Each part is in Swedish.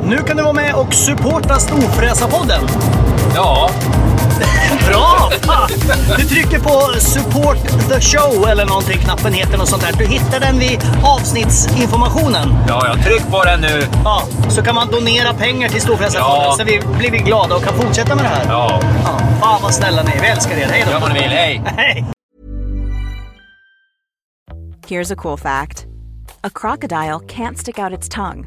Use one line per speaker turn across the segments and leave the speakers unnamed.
Nu kan du vara med och supporta Storfräsa-podden.
Ja,
Bra! Fan! Du trycker på support the show eller någonting, knappen heter något sånt där. Du hittar den vid avsnittsinformationen.
ja, ja. Tryck på den nu.
Ja, så kan man donera pengar till Storfräsarfonden
Ja.
så vi blir vi glada och kan fortsätta med det här.
Ja,
Ja, fan vad snälla ni är. Vi älskar er. Hej då!
gör vad ni vill. Hej!
Hej!
Here's a cool fact a crocodile can't stick out its tongue.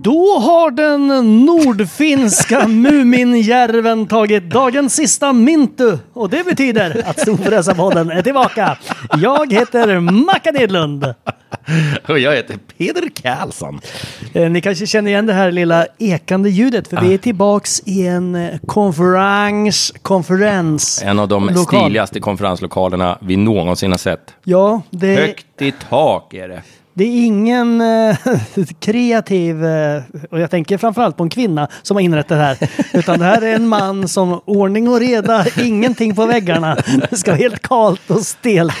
Då har den nordfinska Muminjärven tagit dagens sista mintu och det betyder att Storfräsarpodden är tillbaka. Jag heter Mackan Edlund.
Och jag heter Peder Karlsson.
Eh, Ni kanske känner igen det här lilla ekande ljudet för vi
Ah.
är tillbaks i en eh, konferens, konferens.
En av de
lokal.
stiligaste konferenslokalerna vi någonsin har sett.
Ja, det,
Högt i tak är det.
det är ingen eh, kreativ, eh, och jag tänker framförallt på en kvinna som har inrett det här. Utan det här är en man som ordning och reda, ingenting på väggarna. Det ska vara helt kalt och stelt.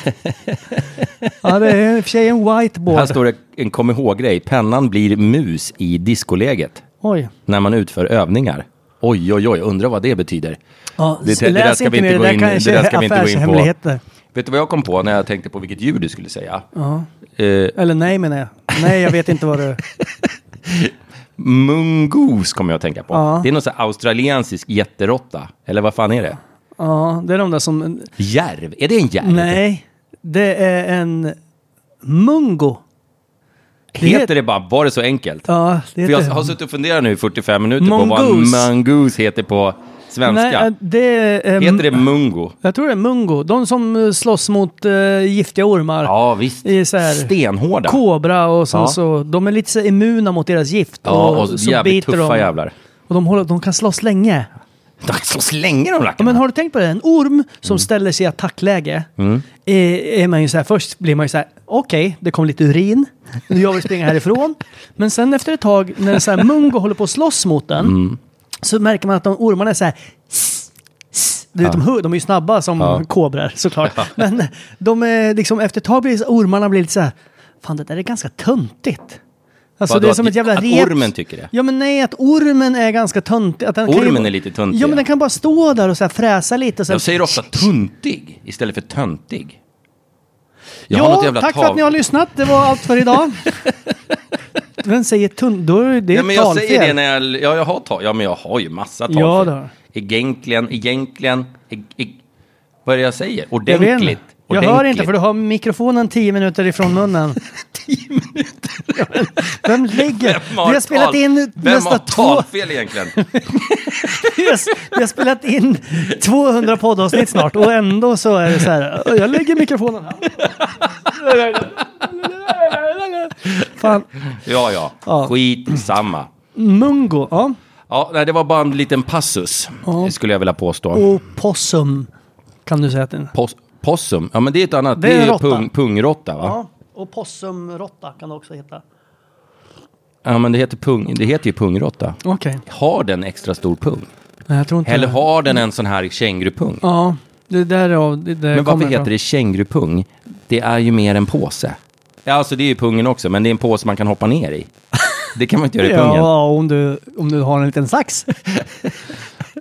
Ja, det är i och för sig en
Här
whiteboard.
står det en kom ihåg-grej. Pennan blir mus i diskoläget
Oj.
när man utför övningar. Oj, oj, oj, undrar vad det betyder.
Ja,
Det- det- det där
läs
ska
inte
vi
mer,
inte gå
det där
in i.
kanske
Det där
är
ska vi inte gå in på.
affärshemligheter.
Vet du vad jag kom på när jag tänkte på vilket djur du skulle säga? Eh,
Eller nej menar jag. Nej, jag vet inte vad du...
Mungus kommer jag att tänka på.
Ja.
Det är någon sån här australiensisk jätteråtta. Eller vad fan är det?
Ja, det är de där som...
Järv? Är det en järv?
Nej, det är en mungo.
Heter det bara, var det så enkelt?
Ja, det
För jag
heter
har suttit och funderat nu i 45 minuter på vad
Mongoose.
mongoose heter på svenska.
Nej, eh, äh, mm. det är...
heter det mungo?
Jag tror det är mungo. De som eh, slåss mot eh, giftiga ormar.
Ja, visst.
Det är så här-
Stenhårda.
Kobra och sen
Ja.
så... De är lite så immuna mot deras gift.
ja, och
så
jävligt
biter
tuffa
de.
jävlar.
Och de, håller, de kan slåss länge.
De slåss länge de
Ja,
rackarna.
men har du tänkt på det? En orm som
Mm.
ställer sig i attackläge. Eh, Är, är man ju så här, först blir man ju så här, okej, det kom lite urin. Nu jag vill springa härifrån. Men sen efter ett tag, när så här, Mungo håller på att slåss mot den,
Mm.
så märker man att de ormarna är så här, "Sss, sss." du vet, de, hugg- de är ju snabba som kobrar såklart. Men de är, liksom, efter ett tag blir det så- ormarna blir lite så här, fan det där är ganska töntigt. Alltså
Vadå,
det är
att-
som ett jävla
att
rep.
ormen tycker det?
Ja men nej, att ormen är ganska töntig. Att den kan
Ormen
ju,
är lite töntig,
Ja men
ja.
den kan bara stå där och så här fräsa lite. Och så här,
Jag säger ofta tuntig istället för töntig. Jag har
ja,
något jävla
tack för
tav-
att ni har lyssnat. Det var allt för idag. Vem säger tunn? Då är det
Ja,
är
men
ett
jag säger det
talfel.
när jag... Ja, jag har tal. Ja, men jag har ju massa talfel.
Ja, då.
Egentligen, egentligen... E- e- vad är det jag säger?
Jag vet
Ordentligt.
inte. Jag hör
ordentligt.
inte för du har mikrofonen 10 minuter ifrån munnen. 10 minuter? Vem ligger?
Vem
Vi
har
har spelat
tal-
in
Vem
nästa
har
två...
talfel egentligen?
Vi har, vi har spelat in 200 poddavsnitt snart och ändå så är det så här. Jag lägger mikrofonen här. Fan.
Ja, ja.
Ja.
Skitsamma.
Mungo. Ja.
Ja, nej, det var bara
Oh.
en liten passus, skulle jag vilja påstå.
Och possum. Kan du säga att den...
Pos Possum, ja men det är ett annat,
Det
det
är
är,
en råtta.
pung, pungrotta va?
Ja, och possumrotta kan det också heta.
Ja. men det heter, pung, det heter ju pungrotta.
Okej.
Har den extra stor pung?
Nej, jag tror inte
Eller
det.
har den en sån här kängurupung?
Ja, det där av det där
men
kommer
varför heter
ifrån.
det kängurupung? Det är ju mer en påse. Ja, alltså det är ju pungen också, men det är en påse man kan hoppa ner i. Det kan man inte göra i pungen.
Ja, om du, om du har en liten sax.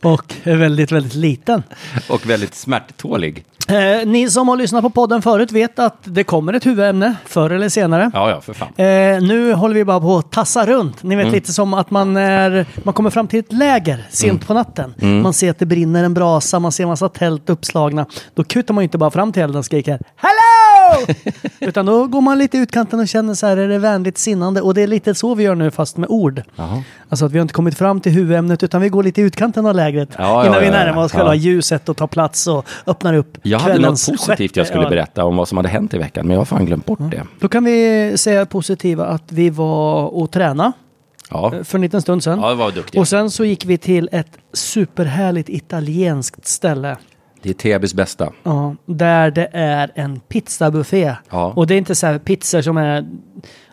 och är väldigt, väldigt liten.
Och väldigt smärttålig.
Eh, ni som har lyssnat på podden förut vet att det kommer ett huvudämne förr eller senare.
Ja, ja, för fan.
Eh, nu håller vi bara på att tassa runt. Ni vet
Mm.
lite som att man, är, man kommer fram till ett läger sent
Mm.
på natten. Man ser att det brinner en brasa, man ser massa tält uppslagna. Då kutar man ju inte bara fram till elden och skriker Hello! Utan då går man lite i utkanten och känner så här, är det vänligt sinnande? Och det är lite så vi gör nu fast med ord.
Jaha.
Alltså att vi har inte kommit fram till huvudämnet utan vi går lite i utkanten av lägret
Ja, ja,
innan vi
ja, ja.
närmar oss själva
Ja.
ljuset och tar plats och öppnar upp
Jag hade något
kvällens
positivt jag
sjätte Mm.
skulle
öl.
berätta om vad som hade hänt i veckan, men jag har fan glömt bort det.
Då kan vi säga positiva att vi var och tränade
Ja,
för en liten stund sedan.
ja det var duktigt.
Eh, Och sen så gick vi till ett superhärligt italienskt ställe.
Det är Tebys bästa.
Ja, där det är en pizzabuffé.
Ja.
Och det är inte så här pizzor som är...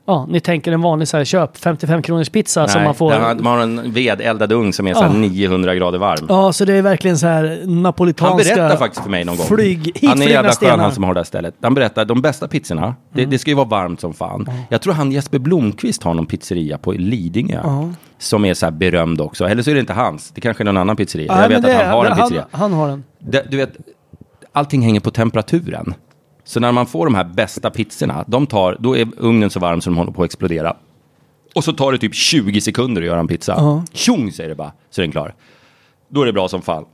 Ja, ni tänker en vanlig så här köp 55 kronors pizza som
Nej,
Alltså, man får.
där har- man har en vedeldad ugn som är så
Ja.
här 900 grader varm.
Ja, så det är verkligen så här
Han
napolitanska...
berättar faktiskt för mig någon gång.
Flyg hit,
han är
flygna
jävla skön
stenar.
han som har det här stället. Han berättar, de bästa pizzorna,
Mm.
det, det ska ju vara varmt som fan. Jag tror han Jesper Blomqvist har någon pizzeria på Lidingö. Som är så här berömd också. Eller så är det inte hans, det kanske är någon annan pizzeria.
Ja,
jag
men
vet
det-
att han har en pizzeria.
Han, han har den.
Det, du vet, allting hänger på temperaturen. Så när man får de här bästa pizzorna, de tar, då är ugnen så varm som den håller på att explodera. Och så tar det typ 20 sekunder att göra en pizza. Tjong säger det bara, så är den klar. Då är det bra som fan.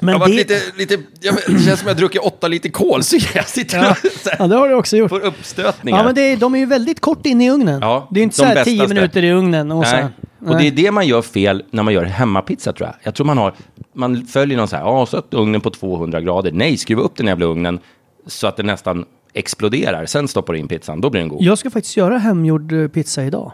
Men
jag har varit
det-
lite, lite, jag, det känns som jag har druckit åtta liter kolsyra. Jag sitter
Ja.
och så här,
ja, det har du också gjort.
får uppstötningar.
Ja, men det, är- de är ju väldigt kort inne i ugnen.
Ja,
det är ju inte
de
så här
bästa
10
stä-
minuter i ugnen och så
Nej.
här.
Och det
Nej.
är det man gör fel när man gör hemmapizza tror jag. Jag tror man har, man följer någon så här, ja så att ugnen på 200 grader. Nej, skruva upp den jävla ugnen så att den nästan exploderar. Sen stoppar du in pizzan, då blir den god. Ja,
Jag ska faktiskt göra hemgjord eh, pizza idag.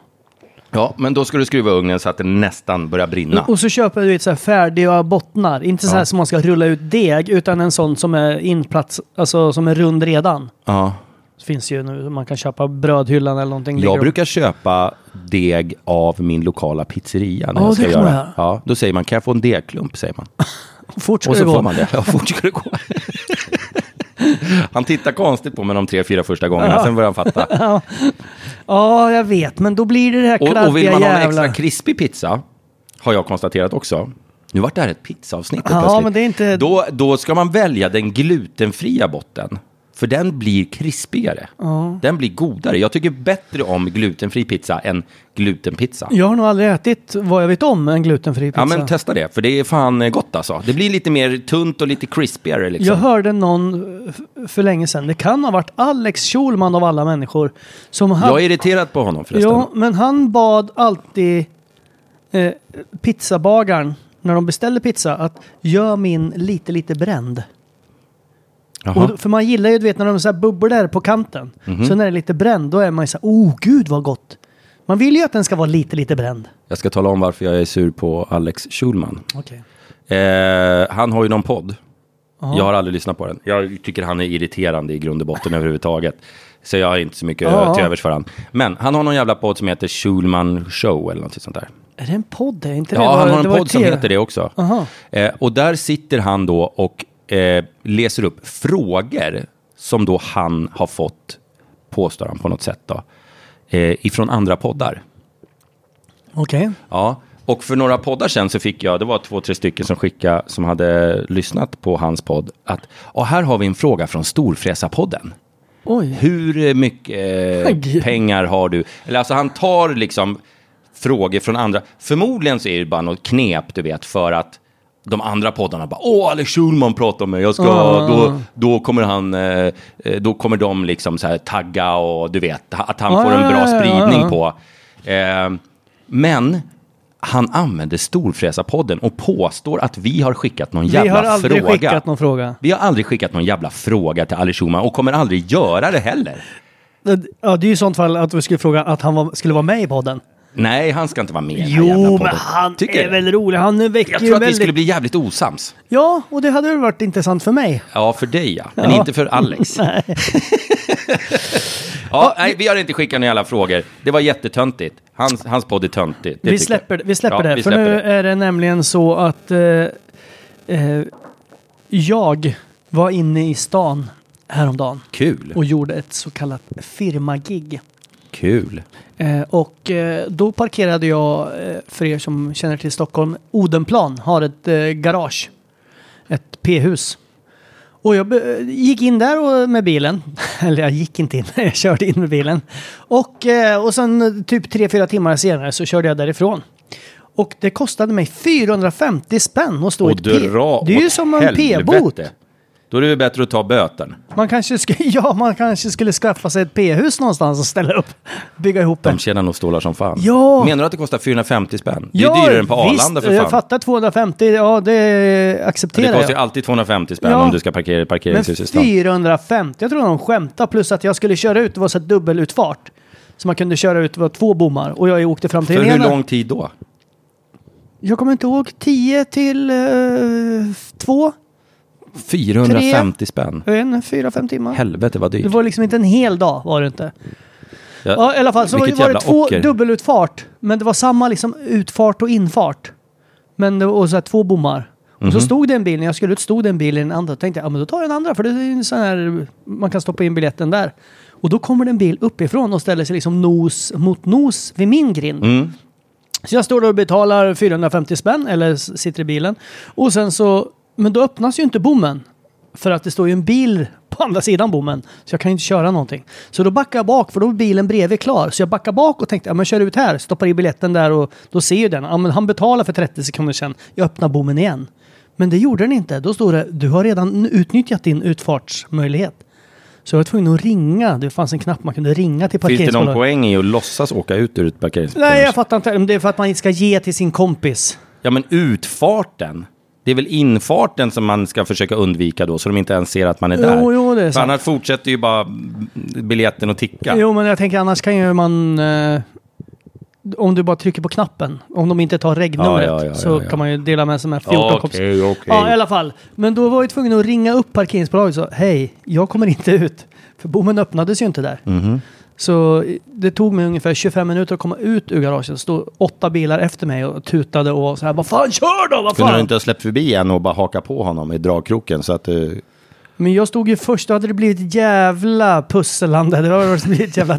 men då ska du skruva ugnen så att den nästan börjar brinna.
Och så köper du ett så här färdiga bottnar. Inte så här som man ska rulla ut deg, utan en sån som är inplats, alltså som är rund redan.
Ja.
Det finns ju nu, man kan köpa brödhyllan eller någonting. Ligger
Jag
och-
brukar köpa deg av min lokala pizzeria när
Ja,
jag ska
det kan man
göra.
göra.
Ja, då säger man, kan jag få en degklump? Säger man.
Fort ska
Och
det
så
gå.
får man det. Ja, fort ska det gå. Han tittar konstigt på mig de tre, fyra första gångerna, sen börjar han fatta.
Ja, jag vet, men då blir det det här
Och, och vill
kladdiga
man ha en
jävla...
extra krispig pizza, har jag konstaterat också. Nu vart det här ett pizzaavsnitt
Ja,
plötsligt.
men det är inte-
då, då ska man välja den glutenfria botten. För den blir krispigare. Den blir godare. Jag tycker bättre om glutenfri pizza än glutenpizza.
Jag har nog aldrig ätit, vad jag vet om, en glutenfri pizza.
Ja, men testa det. För det är fan gott alltså. Det blir lite mer tunt och lite crispigare liksom.
Jag hörde någon eh, f- för länge sedan, det kan ha varit Alex Schulman av alla människor, som hade...
Jag är irriterad på honom förresten.
Ja, men han bad alltid eh, pizzabagaren, när de beställde pizza, att gör min lite, lite bränd.
Jaha.
Och, för man gillar ju, du vet, när de så här bubblar på kanten.
Mhm.
Så när det är lite bränd, då är man ju så här, oh gud vad gott. Man vill ju att den ska vara lite, lite bränd.
Jag ska tala om varför jag är sur på Alex Schulman.
Okej.
Eh, han har ju någon podd. Jag har aldrig lyssnat på den. Jag tycker han är irriterande i grund och botten överhuvudtaget. Så jag har inte så mycket
Ja.
till övers för han. Men han har någon jävla podd som heter Schulman Show eller något sånt där.
Är det en podd? Är inte det?
Ja,
Var-
han har
det
en
var
podd som
ett-
heter det också.
Aha.
Eh, och där sitter han då och eh, läser upp frågor som då han har fått, påstår han på något sätt då, eh, ifrån andra poddar.
Okej.
Ja, och för några poddar sen så fick jag, det var två, tre stycken som skickade, som hade lyssnat på hans podd, att "Ja, här har vi en fråga från Storfräsarpodden.
Oj.
Hur mycket
Åh,
eh,
gud.
pengar har du? Eller alltså han tar liksom frågor från andra. Förmodligen så är det bara något knep, du vet, för att de andra poddarna bara, åh, Alex Schulman pratar med, jag ska,
Ah.
då, då kommer han, eh, eh, då kommer de liksom så här tagga och du vet, ha- att han
Ja,
får
ja,
en
Ah, ja,
bra
ja,
spridning
ja.
på. Eh, men han använder Storfräsarpodden och påstår att vi har skickat någon jävla
Vi har aldrig
fråga.
skickat någon fråga.
Vi har aldrig skickat någon jävla fråga till Ali Schulman och kommer aldrig göra det heller.
Ja, det är ju i sånt fall att vi skulle fråga att han var, skulle vara med i podden.
Nej, han ska inte vara med i den här jävla
Jo,
podden.
men han
Tycker
är
du?
väl rolig. Han väcker
Jag
ju
tror att vi
väldigt...
skulle bli jävligt osams.
Ja, och det hade väl varit intressant för mig.
Ja, för dig ja. Men
Ja.
inte för Alex. ja, nej, vi har inte skickat några jävla frågor. Det var jättetöntigt. Hans, hans podd är töntigt. det tycker
Vi
jag.
släpper, vi släpper
Ja,
det,
vi
för
släpper
nu
det.
är det nämligen så att eh, eh, jag var inne i stan häromdagen
Kul.
och gjorde ett så kallat firmagig.
Kul.
Eh, och eh, då parkerade jag, eh, för er som känner till Stockholm, Odenplan har ett eh, garage. Ett P-hus. Och jag be- gick in där och, med bilen. Eller jag gick inte in, jag körde in med bilen. Och, eh, och sen eh, typ tre fyra timmar senare så körde jag därifrån. Och det kostade mig 450 spänn att stå i
Och
ett P.
dra
Det är ju
åt
som en
helvete.
P-bot.
Då är det väl bättre att ta böten.
Man kanske, ska, ja, man kanske skulle skaffa sig ett P-hus någonstans och ställa upp. Bygga ihop
De
en.
tjänar nog stålar som fan.
Ja.
Menar du att det kostar 450 spänn? Det är dyrare än på Arlanda
visst,
för fan.
Jag fattar 250, ja det
det
accepterar
kostar ju
jag.
alltid 250 spänn
Ja.
om du ska parkera i ett
Men
parkeringshus i stan.
450, jag tror de skämtar. Plus att jag skulle köra ut, det var så här dubbelutfart. Så man kunde köra ut, det var två bommar. Och jag åkte fram till
För
den
hur
ena.
lång tid då?
Jag kommer inte ihåg, 10 till eh, 2?
450 spänn.
Jag vet inte, 4-5 timmar.
Helvete vad dyrt.
Det var liksom inte en hel dag var det inte.
Ja,
Ja, i alla fall så var
vilket
var det
jävla
två
ocker.
dubbelutfart. Men det var samma liksom utfart och infart. Men det var så här två bommar.
Mhm.
Och så stod det en bil, när jag skulle ut stod det en bil i den andra. Då tänkte jag, ja men då tar jag den andra för det är ju en sån här, man kan stoppa in biljetten där. Och då kommer det en bil uppifrån och ställer sig liksom nos mot nos vid min grind.
Mm.
Så jag står där och betalar 450 spänn, eller s- sitter i bilen. Och sen så, men då öppnas ju inte bommen. För att det står ju en bil på andra sidan bommen. Så jag kan ju inte köra någonting. Så då backar jag bak, för då är bilen bredvid klar. Så jag backar bak och tänkte, ja men kör ut här, stoppar i biljetten där och då ser ju den, ja men han betalar för 30 sekunder sedan, jag öppnar bommen igen. Men det gjorde den inte. Då stod det, du har redan utnyttjat din utfartsmöjlighet. Så jag var tvungen att ringa, det fanns en knapp man kunde ringa till
Finns det någon
parkeringsbolaget.
poäng i att låtsas åka ut ur ett parkeringsparkering?
Nej, jag fattar inte. Men Det är för att man inte ska ge till sin kompis.
Ja, men utfarten. Det är väl infarten som man ska försöka undvika då, så de inte ens ser att man är
Jo,
där.
jo, det är
För
sant.
annars fortsätter ju bara mm, biljetten att ticka.
Jo, men jag tänker annars kan ju man... Eh, om du bara trycker på knappen, om de inte tar regnumret,
Ja, ja, ja,
så
ja, ja.
kan man ju dela med sig med 14
Okej,
kompisar.
okej.
Ja, i alla fall. Men då var jag ju tvungen att ringa upp parkeringsbolaget och sa hej, jag kommer inte ut. För bommen öppnades ju inte där.
Mhm.
Så eh, det tog mig ungefär 25 minuter att komma ut ur garaget. Stod åtta bilar efter mig och tutade och var så här, vad fan kör då, vad
Kunde du
fan?
inte ha släppt förbi en och bara haka på honom i dragkroken så att eh, du...
Men jag stod ju först, då hade det blivit ett jävla pusslande. Det hade blivit ett jävla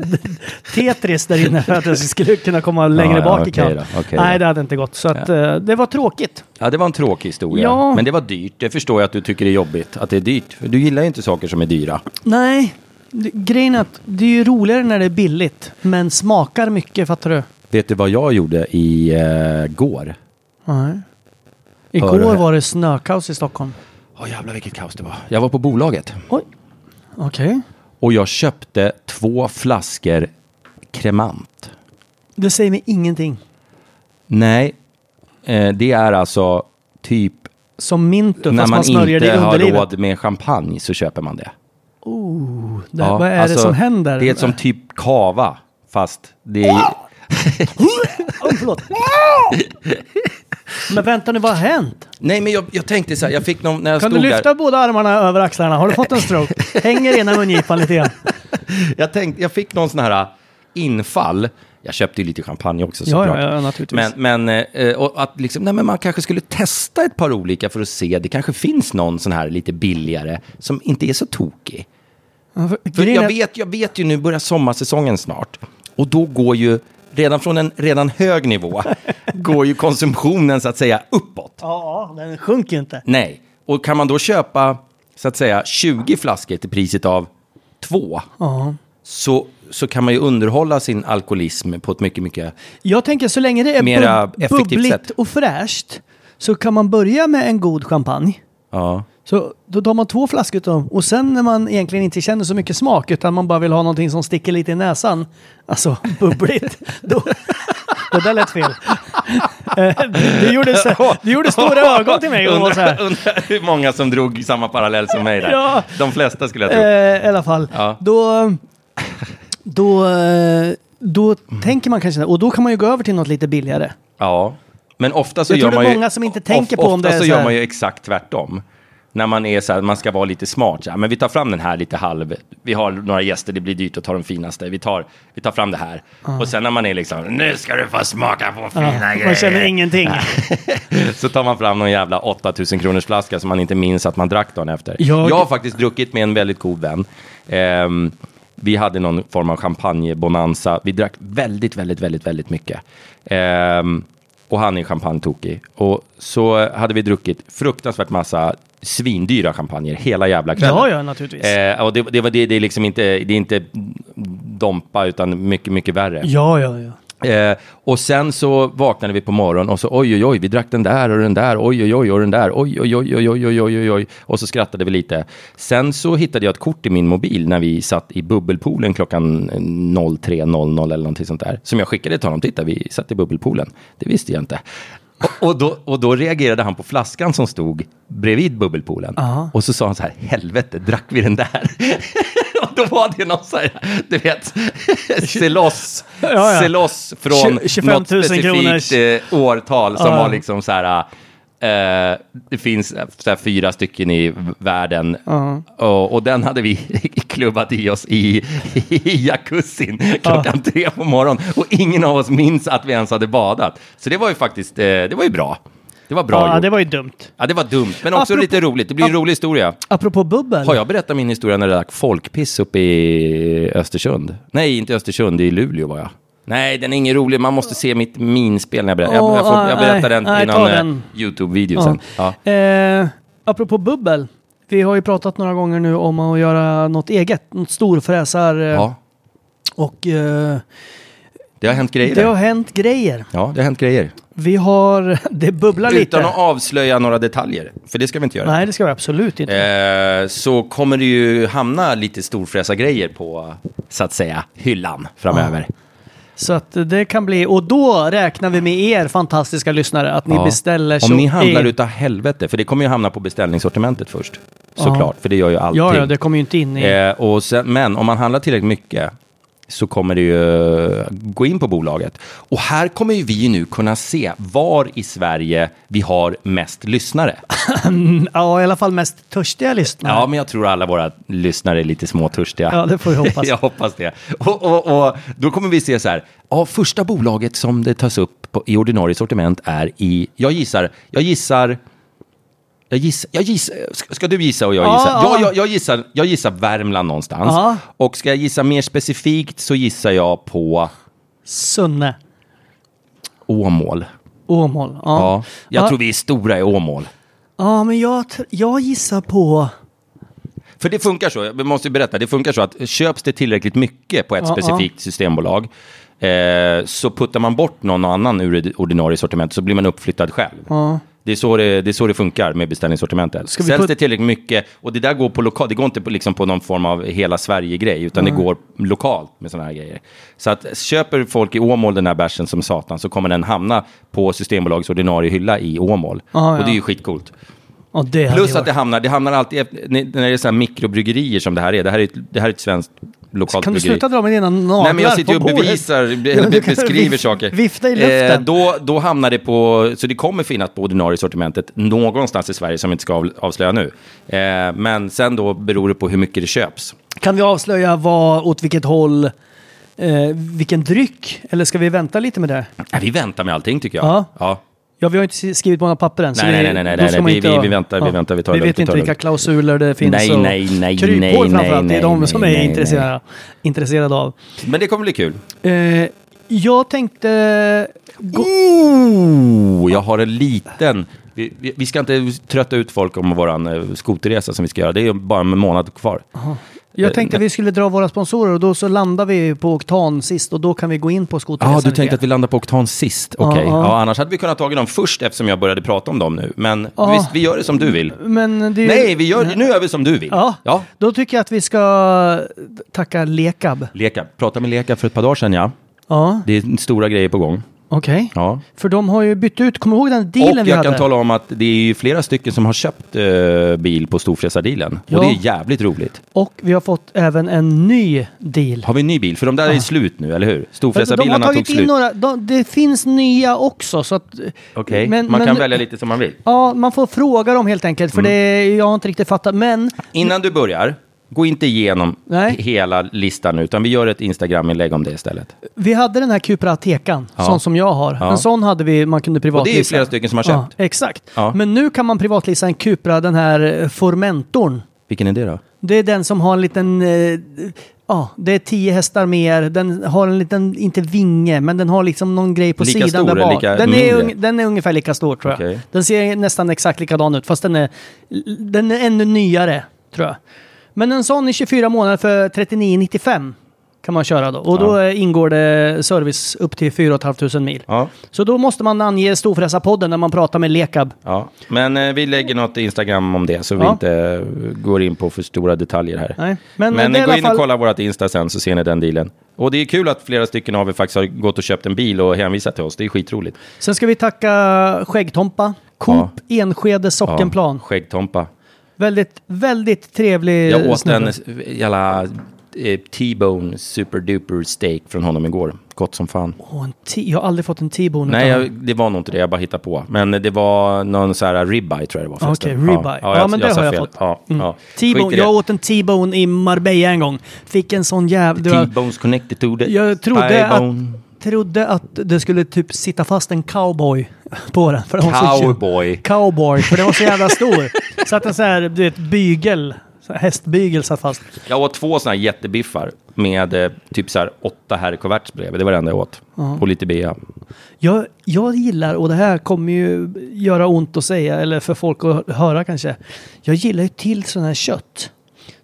Tetris där inne för att jag skulle kunna komma längre
Ja, ja,
bak i
okej
kön.
då, okej
Nej,
då.
det hade inte gått. Så att, eh, det var tråkigt.
Ja, det var en tråkig historia.
Ja.
Men det var dyrt. Det förstår jag att du tycker det är jobbigt, att det är dyrt. För du gillar ju inte saker som är dyra.
Nej, det- grejen är att det är ju roligare när det är billigt, men smakar mycket, fattar du?
Vet du vad jag gjorde i eh, går?
Nej.
Hör du
Igår
här?
var det snökaos i Stockholm.
Åh jävlar vilket kaos det var. Jag var på bolaget.
Oj. Okej.
Och jag köpte två flaskor kremant.
Det säger mig ingenting.
Nej, eh, det är alltså typ
Som Mintu,
när
fast man
man
smörjer det i
inte har
underlivet.
råd med champagne så köper man det.
Det,
Ja,
vad är
alltså,
det som händer? Äh.
Det är som typ kava fast det är...
Oj, förlåt. Men vänta nu, vad har hänt?
Nej men jag, jag tänkte så här, jag fick någon när jag
Kan du
stod
lyfta
där.
båda armarna över axlarna? Har du fått en stroke? Hänger ena mungipan lite grann?
Jag, tänkte, jag fick någon sån här äh, infall. Jag köpte ju lite champagne också
Ja,
såklart.
ja, ja, naturligtvis.
Men, men, eh, och att liksom, nej, men man kanske skulle testa ett par olika för att se. Det kanske finns någon sån här lite billigare som inte är så tokig. För jag, vet, jag vet ju nu börjar sommarsäsongen snart. Och då går ju, redan från en redan hög nivå, går ju konsumtionen så att säga uppåt.
Ja, den sjunker ju inte.
Nej. Och kan man då köpa, så att säga, 20 flaskor till priset av två, så, så kan man ju underhålla sin alkoholism på ett mycket, mycket...
Jag tänker så länge det är
Mera
bub-
effektivt
bubbligt
sätt.
och fräscht så kan man börja med en god champagne.
Ja.
Så då tar man två flaskor utav dem och sen när man egentligen inte känner så mycket smak utan man bara vill ha någonting som sticker lite i näsan, alltså bubbligt, då... Det där lät fel. Eh, Du gjorde, så- du gjorde stora ögon till mig och var så här.
Undrar undrar hur många som drog samma parallell som mig där.
Ja.
De flesta skulle jag tro.
Eh, I alla fall.
Ja.
Då, då, eh, då tänker man kanske, och då kan man ju gå över till något lite billigare.
Ja, men ofta så
Jag tror
gör
det är
man ju...
många som inte
of-
tänker på om det
ofta
är
så
så
gör
här-
man ju exakt tvärtom. När man är så här, man ska vara lite smart. Så här, men vi tar fram den här lite halv. Vi har några gäster, det blir dyrt att ta de finaste. Vi tar, vi tar fram det här. Och sen när man är liksom, nu ska du få smaka på fina
Ja, man känner
grejer.
ingenting.
Så tar man fram någon jävla 8000 kronors flaska som man inte minns att man drack dagen efter.
Jag-
Jag, har faktiskt druckit med en väldigt god vän. Ehm, vi hade någon form av champagnebonanza. Vi drack väldigt, väldigt, väldigt, väldigt mycket. Ehm, och han är champagnetokig. Och så hade vi druckit fruktansvärt massa svindyra champagner hela jävla kvällen.
Ja, ja, naturligtvis.
Eh, och det, det, var- det, det är liksom inte, det är inte Dompa utan mycket, mycket värre.
Ja, ja, ja.
Eh, och sen så vaknade vi på morgonen och så oj, oj, oj, vi drack den där och den där, oj, oj, oj, och den där, oj, oj, oj, oj, oj, oj, oj, oj, oj. Och så skrattade vi lite. Sen så hittade jag ett kort i min mobil när vi satt i bubbelpoolen klockan eh, 03.00 eller någonting sånt där. Som jag skickade till honom, titta, vi satt i bubbelpoolen. Det visste jag inte. Och, och, då, och då reagerade han på flaskan som stod bredvid bubbelpoolen. Och så sa han så här, helvete, drack vi den där? och då var det någon så här, du vet, se loss,
Ja, ja.
se loss från
Tju- 25 000
något specifikt
kronors-
eh, årtal som
Ja.
var liksom så här, eh, det finns eh, så här, fyra stycken i v- världen och, och den hade vi klubbat i oss i, i jacuzzin klockan tre på morgonen och ingen av oss minns att vi ens hade badat. Så det var ju faktiskt, eh, det var ju bra. Det var bra
ja
gjort.
det var ju dumt.
Ja, det var dumt, men också
Apropå-
lite roligt. Det blir en rolig historia.
Apropå bubbel.
Har jag berättat min historia när det drack folkpiss uppe i Östersund? Nej, inte Östersund, i Luleå var jag. Nej, den är ingen rolig. Man måste se mitt minspel när jag berättar. jag, jag, får, jag
Åh,
berättar
nej,
den
nej,
i
ta
någon eh,
den.
YouTube-video
Ja.
sen. Ja.
Eh, apropå bubbel. Vi har ju pratat några gånger nu om att göra något eget. Något storfräsar. eh,
Ja.
Och eh,
Det har hänt grejer.
det har
där.
hänt grejer.
Ja, det har hänt grejer.
Vi har... Det bubblar lite.
Utan att avslöja några detaljer, för det ska vi inte göra.
Nej, det ska vi absolut inte.
Eh, så kommer det ju hamna lite storfräsa grejer på, så att säga, hyllan framöver.
Så att det kan bli... Och då räknar vi med er fantastiska lyssnare att ni
Ja.
beställer så
Om ni handlar
in-
utav helvete, för det kommer ju hamna på beställningssortimentet först. Såklart, för det gör ju allting.
Ja, ja, det kommer ju inte in i...
Eh, och sen, men om man handlar tillräckligt mycket så kommer det ju eh, gå in på bolaget. Och här kommer ju vi nu kunna se var i Sverige vi har mest lyssnare.
Ja, i alla fall mest törstiga lyssnare.
Ja, men jag tror alla våra lyssnare är lite småtörstiga.
Ja, det får vi hoppas.
jag hoppas det. Och, och, och då kommer vi se så här, ja, första bolaget som det tas upp på, i ordinarie sortiment är i, jag gissar, jag gissar, jag gissar, jag gissar ska, ska du gissa och jag
Ja,
gissar?
ja.
Ja, jag, jag, gissar, jag gissar Värmland någonstans.
Ja.
Och ska jag gissa mer specifikt så gissar jag på
Sunne.
Åmål.
Åmål. Ja.
Ja, jag
Ja.
tror vi är stora i Åmål.
Ja, men jag, tr- jag gissar på...
För det funkar så, jag måste ju berätta, det funkar så att köps det tillräckligt mycket på ett
Ja,
specifikt systembolag eh, så puttar man bort någon annan ur det ordinarie sortimentet så blir man uppflyttad själv. Det, är så det, det är så det funkar med beställningssortimentet.
Ska vi
Säljs
put-
det tillräckligt mycket, och det där går på lokal, det går inte på, liksom på någon form av hela Sverige-grej, utan det går lokalt med sådana här grejer. Så att köper folk i Åmål den här bärsen som satan så kommer den hamna på Systembolagets ordinarie hylla i Åmål.
Ja,
Och det
ja.
är ju skitcoolt.
Ja, det hade
Plus
jag
att det hamnar, det hamnar alltid, efter- när det är så här mikrobryggerier som det här är, det här är ett, det här är ett svenskt lokalt
Kan du
bryggeri.
sluta dra med dina naglar
Nej men jag sitter ju
på
och
bordet?
bevisar,
Ja, men du kan
beskriver
vif-
saker.
Vifta i luften.
Eh, då, då hamnar det på, så det kommer finnas på ordinarie sortimentet någonstans i Sverige som vi inte ska av, avslöja nu. Eh, men sen då beror det på hur mycket det köps.
Kan vi avslöja vad, åt vilket håll, eh, vilken dryck? Eller ska vi vänta lite med det?
Nej, vi väntar med allting tycker jag.
Ja.
Ja.
Ja, vi har inte s- skrivit på några papper än. så
Nej,
vi-
nej, nej, nej,
då
nej,
ska
nej,
man
vi-
inte
vi-
ha-
vi väntar, vi väntar, vi tar det
vi
lugnt,
vet
vi
inte
tar det
vilka
lugnt.
klausuler det finns
Nej,
och
nej, nej, nej,
kryphål
nej,
framförallt. Det är de
nej,
som
nej,
är
nej.
intresserade, intresserade av.
Men det kommer bli kul.
Eh, jag tänkte... Gå...
Ooh, jag har en liten... Vi, vi, vi ska inte trötta ut folk om vår skoterresa som vi ska göra. Det är bara en månad kvar. Eh,
Jag tänkte vi skulle dra våra sponsorer och då så landar vi på Oktan sist och då kan vi gå in på skoterresan.
Ja, du
lite
tänkte
grann.
att vi landar på oktan sist? Okej.
Ja, ja.
Ja, annars hade vi kunnat ta dem först eftersom jag började prata om dem nu. Men visst, vi gör det som du vill.
Men det är ju...
Nej, vi gör, nu gör vi som du vill.
Ja.
ja.
då tycker jag att vi ska tacka Lekab.
Leka. Prata med Leka för ett par dagar sedan, ja.
Ja,
Det är stora grejer på gång.
Okej.
Ja.
För de har ju bytt ut, kommer du ihåg den dealen
Och
vi
jag
hade?
kan tala om att det är ju flera stycken som har köpt eh, bil på storfräsardealen.
Ja.
Och det är jävligt roligt.
Och vi har fått även en ny deal.
Har vi en ny bil? För de där är slut nu, eller hur?
de har
Storfräsarbilarna tog
tagit in
slut.
några, de, det finns nya också så att...
Okej,
men-
man
men-
kan välja lite Mm. som man vill.
Ja, man får fråga dem helt enkelt för det, jag har inte riktigt fattat. Men
Innan du börjar, gå inte igenom
Nej.
hela listan nu, utan vi gör ett Instagram-inlägg om det istället.
vi hade den här Cupra Atecan, sån som jag har.
Ja.
En sån hade vi, man kunde
Och
privatlista.
det är ju flera stycken som har
Ja,
köpt.
exakt.
Ja.
Men nu kan man privatlista en Cupra, den här eh, Formentorn.
Vilken är det då?
Det är den som har en liten... eh, Ja, det är 10 hästar mer. Den har en liten, inte vinge, men den har liksom någon grej på
Lika
sidan
stor
där
eller
bak.
lika
den, är
mindre?
ung, den är ungefär lika stor tror jag.
Okej.
Den ser nästan exakt likadan ut, fast den är, den är ännu nyare tror jag. Men en sån i 24 månader för 39,95 kan man köra då. Och då eh, ingår det service upp till 4 500 mil.
Ja.
Så då måste man ange Storfräsarpodden när man pratar med Lekab.
Ja, men eh, vi lägger något Instagram om det så vi
Ja.
inte eh, går in på för stora detaljer här.
Nej,
Men,
men, eh, det är i
gå
alla
in och
fall-
kolla vårt Insta sen så ser ni den dealen. Och det är kul att flera stycken av er faktiskt har gått och köpt en bil och hänvisat till oss. Det är skitroligt.
Sen ska vi tacka Skäggtompa, Coop, Enskede, Sockenplan.
Skäggtompa.
Väldigt, väldigt trevlig
Jag åt
snubbe.
en s- jävla eh, T-bone super duper steak från honom igår. Gott som fan.
Åh, en t- jag har aldrig fått en T-bone
Nej,
utan-
jag, det var nog inte det. Jag bara hittade på. Men det var någon så här uh, ribeye tror jag det var
Ah, Okej,
förresten.
ribeye. Ja, men det
sa
har jag
fel.
fått. Mm.
Ja, ja. Skit
T-bone,
i det.
jag åt en T-bone i Marbella en gång. Fick en sån jävla...
T-bones connected to the
Jag trodde att,
T-bone.
trodde att det skulle typ sitta fast en cowboy på den. För den var så-
Cowboy.
Cowboy, för den var så jävla stor. så att en sån här, du vet, bygel, så här hästbygel satt fast.
Jag åt två såna här jättebiffar med eh, typ så här åtta herrkuverts bredvid. Det var det enda jag åt. Och lite bea.
Jag, jag gillar, och det här kommer ju göra ont att säga, eller för folk att höra kanske. Jag gillar ju till sån här kött.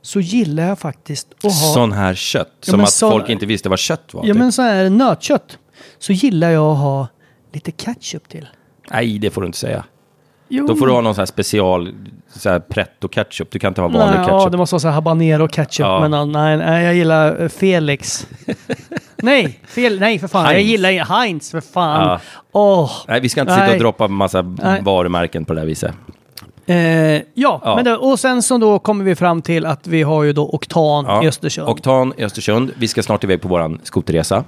Så gillar jag faktiskt att ha...
Sån här kött.
Ja,
som
men
att
sån-
folk inte visste vad kött var.
ja
typ.
men så här nötkött. Så gillar jag att ha lite ketchup till.
Nej, det får du inte säga.
Jo.
Då får du ha någon sån här special så här pretto-ketchup. Du kan inte ha vanlig
nej, Ja,
ketchup.
det måste vara så här habanero ketchup.
Ja.
Men ja, nej, nej, jag gillar eh, Felix. nej, fel, nej för fan. Jag
Heinz.
gillar ju Heinz för fan.
Ja.
Åh.
Nej, vi ska inte sitta
Nej.
och droppa massa
Nej.
varumärken på det där viset.
Eh, ja,
Ja.
Men det, och sen så då kommer vi fram till att vi har ju då Oktan
Ja.
i Östersund.
Oktan i Östersund. Vi ska snart iväg på våran skoterresa.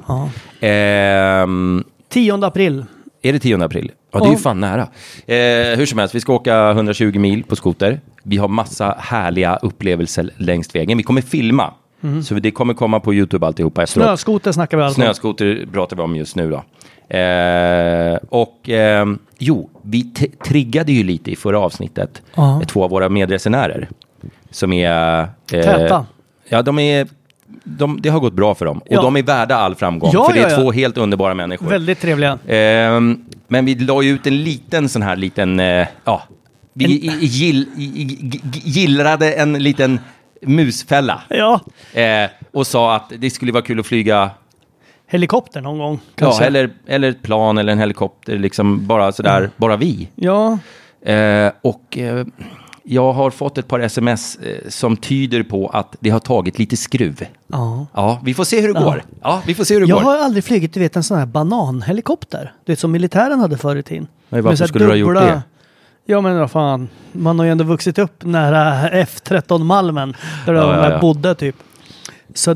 Ehm,
10 april.
Är det 10 april? Ja, det är ju
Ja.
fan nära. Eh, hur som helst, vi ska åka 120 mil på skoter. Vi har massa härliga upplevelser längs vägen. Vi kommer filma.
Mm.
Så det kommer komma på YouTube alltihopa efteråt.
Snöskoter snackar vi alltså om.
Snöskoter pratar vi om just nu då. Eh, och ehm, jo, vi t- triggade ju lite i förra avsnittet
Ja.
med två av våra medresenärer. Som är... Eh,
Täta.
Ja, de är... De, det har gått bra för dem. Och
Ja.
de är värda all framgång.
Ja,
för det är
ja, ja.
två helt underbara människor.
Väldigt trevliga.
Ehm, men vi la ju ut en liten sån här liten, eh, ja, vi i- i- gill, i- i- g- g- gillrade en liten musfälla.
Ja,
Eh, och sa att det skulle vara kul att flyga,
helikopter någon gång.
ja,
Kanske.
eller, eller ett plan eller en helikopter, liksom bara sådär,
Mm.
bara vi.
Ja,
Eh, och eh, jag har fått ett par sms eh, som tyder på att det har tagit lite skruv.
ja.
Ja, vi får se hur det går. Ja, vi får se hur det
Jag
går.
har aldrig flugit, du vet, en sån här bananhelikopter. Det som militären hade förr i tiden.
Nej, varför
Med så här
skulle du ha gjort det?
Ja men vad fan, man har ju ändå vuxit upp nära F13 Malmen. Där de
ja, ja.
bodde typ. Så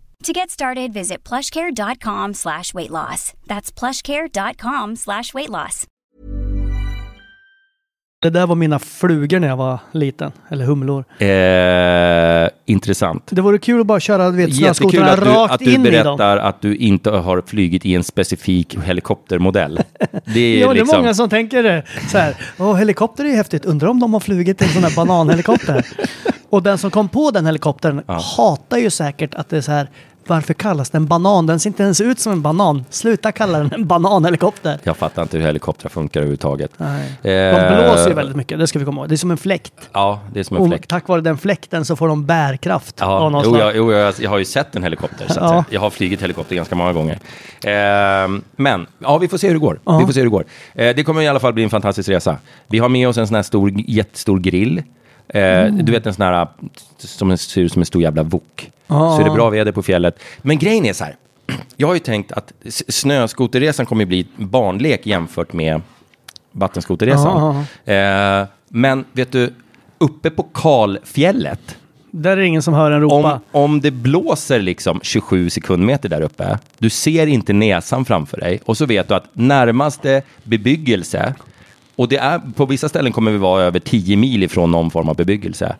To get started, visit plushcare.com slash weight loss. That's plushcare.com slash weight loss.
Det där var mina flugor när jag var liten, eller humlor.
Eh, intressant.
Det vore kul att bara köra du vet,
Jättekul
snöskotrarna
att du,
rakt
att du
in i dem.
berättar att du inte har flugit i en specifik helikoptermodell. Det
Ja,
är
det är
liksom...
många som tänker det. Så här, Åh, helikopter är ju häftigt. Undrar om de har flugit en sån här bananhelikopter. och den som kom på den helikoptern hatar ju säkert att det är så här. Varför kallas den banan? Den ser inte ens ut som en banan. Sluta kalla den en bananhelikopter.
Jag fattar inte hur helikoptrar funkar överhuvudtaget.
Nej.
Eh,
De blåser ju väldigt mycket, det ska vi komma ihåg. Det är som en fläkt.
Ja, det är som en
Och
fläkt.
tack vare den fläkten så får de bärkraft.
Ja,
av något
jo,
slag.
jag, jo jag, jag har ju sett en helikopter. Så att
Ja.
säga. Jag har flugit helikopter ganska många gånger. Ehm, men ja, vi får se hur det går. Vi får se hur det, går. Eh, det kommer i alla fall bli en fantastisk resa. Vi har med oss en sån här stor, jättestor grill. Eh,
Mm.
Du vet en sån här som ser ut som en stor jävla wok. Så är det bra väder på fjället. Men grejen är så här. Jag har ju tänkt att s- snöskoterresan kommer bli barnlek jämfört med vattenskoterresan. Eh, men vet du, uppe på Kalfjället
Där är det ingen som hör en ropa.
om, om det blåser liksom 27 sekundmeter där uppe, du ser inte näsan framför dig och så vet du att närmaste bebyggelse, och det är, på vissa ställen kommer vi vara över 10 mil ifrån någon form av bebyggelse.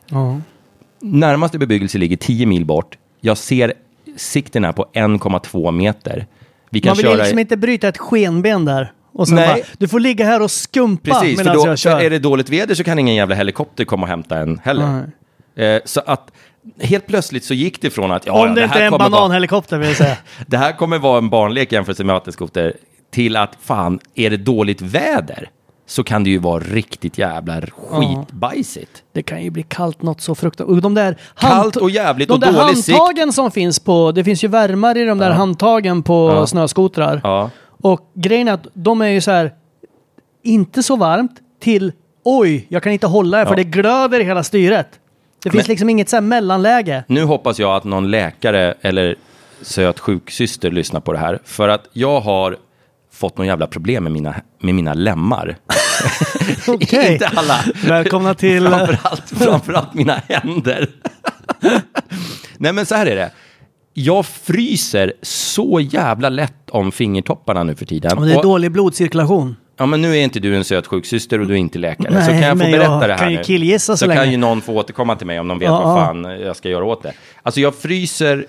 Närmaste bebyggelse ligger 10 mil bort. Jag ser sikten är på 1,2 meter. Vi kan
Man vill
köra...
liksom inte bryta ett skenben där. Och sen
Nej.
bara, du får ligga här och skumpa
Precis, för
medan
då
jag kör.
är det dåligt väder så kan ingen jävla helikopter komma och hämta en heller. Eh, så att helt plötsligt så gick det från att ja,
Om
ja,
det
det
inte är
här
en
kommer vara
bananhelikopter vill jag säga.
Det här kommer vara en barnlek jämfört med vattenskoter till att fan, är det dåligt väder så kan det ju vara riktigt jävla skitbajsigt.
Det kan ju bli kallt något så fruktansvärt. Och de där
Kallt och jävligt
de
och
där
dålig sikt.
handtagen som finns på, det finns ju värmare i de där handtagen på snöskotrar.
Ja.
Och grejen är att de är ju så här, inte så varmt till oj, jag kan inte hålla det för
Ja.
det glöder i hela styret. Det finns liksom inget så här mellanläge.
Nu hoppas jag att någon läkare eller söt sjuksyster lyssnar på det här. För att jag har fått någon jävla problem med mina, med mina lemmar.
Okej.
Inte alla.
Välkomna till...
Framförallt, framförallt mina händer. Nej men så här är det. Jag fryser så jävla lätt om fingertopparna nu för tiden.
Om det är
Och-
dålig blodcirkulation.
Ja, men nu är inte du en söt sjuksyster och du är inte läkare.
Nej,
så kan jag få
men
berätta
jag
det här
kan ju
nu.
killgissa så
kan
länge.
ju någon få återkomma till mig om de vet
Ja,
vad
ja.
fan jag ska göra åt det. Alltså jag fryser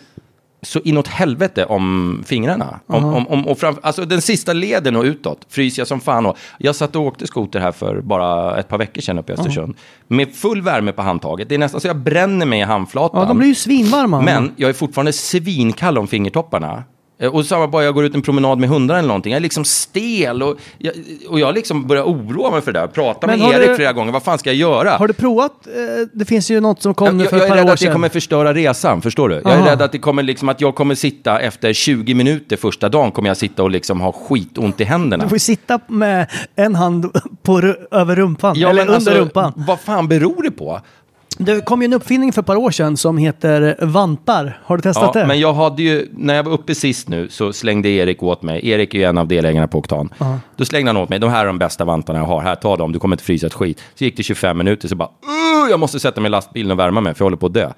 så inåt helvete om fingrarna. Om, om, om, och framför, alltså den sista leden och utåt fryser jag som fan. Och jag satt och åkte skoter här för bara ett par veckor sedan uppe i Östersund. Med full värme på handtaget. Det är nästan så jag bränner mig i handflatan.
Ja, de blir ju svinvarma.
Men jag är fortfarande svinkall om fingertopparna. Eh, Och samma bara jag går ut en promenad med hundar eller någonting. Jag är liksom stel och jag, och jag liksom börjar oroa mig för det där. Prata
Men
med
har
Erik
du-
flera gånger, vad fan ska jag göra?
Har du provat? eh, Det finns ju något som kom
jag,
nu för
jag,
ett
jag är
par
rädd
år
att det
sedan.
kommer förstöra resan, förstår du? Jag är
Aha.
rädd att, det kommer liksom, att jag kommer sitta efter 20 minuter första dagen, kommer jag sitta och liksom ha skitont i händerna.
Du får ju sitta med en hand på, ru- över rumpan,
Ja,
eller under
men alltså,
rumpan.
Vad fan beror det på?
Det kom ju en uppfinning för ett par år sedan som heter vantar. Har du testat
Ja,
det?
men jag hade ju, när jag var uppe sist nu så slängde Erik åt mig, Erik är ju en av delägarna på Oktan. Då slängde han åt mig, de här är de bästa vantarna jag har, här ta dem, du kommer inte frysa ett skit. Så gick det 25 minuter så bara, "Uh, jag måste sätta mig i lastbilen och värma mig för jag håller på att dö.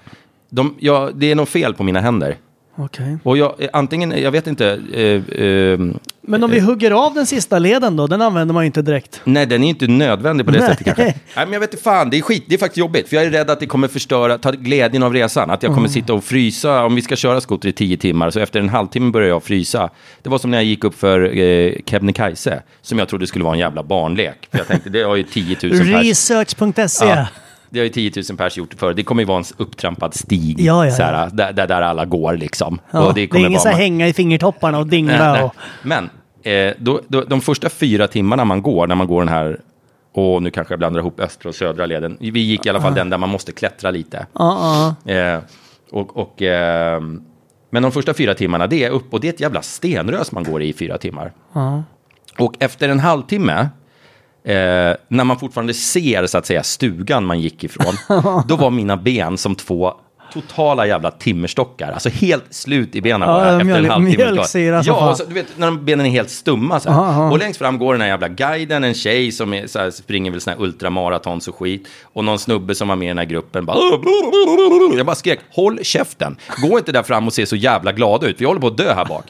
De, ja, det är något fel på mina händer.
Okej.
Och jag, eh, antingen, jag vet inte, eh, eh,
Men om vi hugger av den sista leden då, den använder man ju inte direkt.
nej den är inte nödvändig på det
Nej.
sättet kanske. Nej men jag vet inte fan, det är skit, det är faktiskt jobbigt. För jag är rädd att det kommer förstöra, ta glädjen av resan. Att jag
Mm.
kommer sitta och frysa, om vi ska köra skoter i tio timmar, så efter en halvtimme börjar jag frysa. Det var som när jag gick upp för eh, Kebnekaise, som jag trodde skulle vara en jävla barnlek. För jag tänkte, det har ju 10 000 pers.
Research.se.
Ja, det har ju 10 000 pers gjort förr. Det kommer ju vara en s- upptrampad stig,
Ja, ja,
så här, Där, där, där alla går liksom.
Ja,
Och
det,
kommer
är ingen
vara
så här
ma-
hänga i fingertopparna och
Nej,
dingla.
nej.
Och...
Men eh, då, då, de första fyra timmarna man går, när man går den här, och nu kanske jag blandar ihop östra och södra leden. Vi gick i alla fall den där man måste klättra lite. Eh, och, och, ehm, men de första fyra timmarna, det är upp och det är ett jävla stenrös man går i i fyra timmar. Och efter en halvtimme eh, när man fortfarande ser så att säga stugan man gick ifrån, då var mina ben som två totala jävla timmerstockar, alltså helt slut i benen bara
Ja,
efter
mjölk-
en halvtimme.
mjölksyra som
ja,
fan.
och så, du vet när de- benen är helt stumma så här. Och längst fram går den här jävla guiden, en tjej som är, så här, springer väl sån här ultramaratons och skit. Och någon snubbe som var med i den här gruppen bara... Jag bara skrek, håll käften. Gå inte där fram och se så jävla glada ut, vi håller på att dö här bak.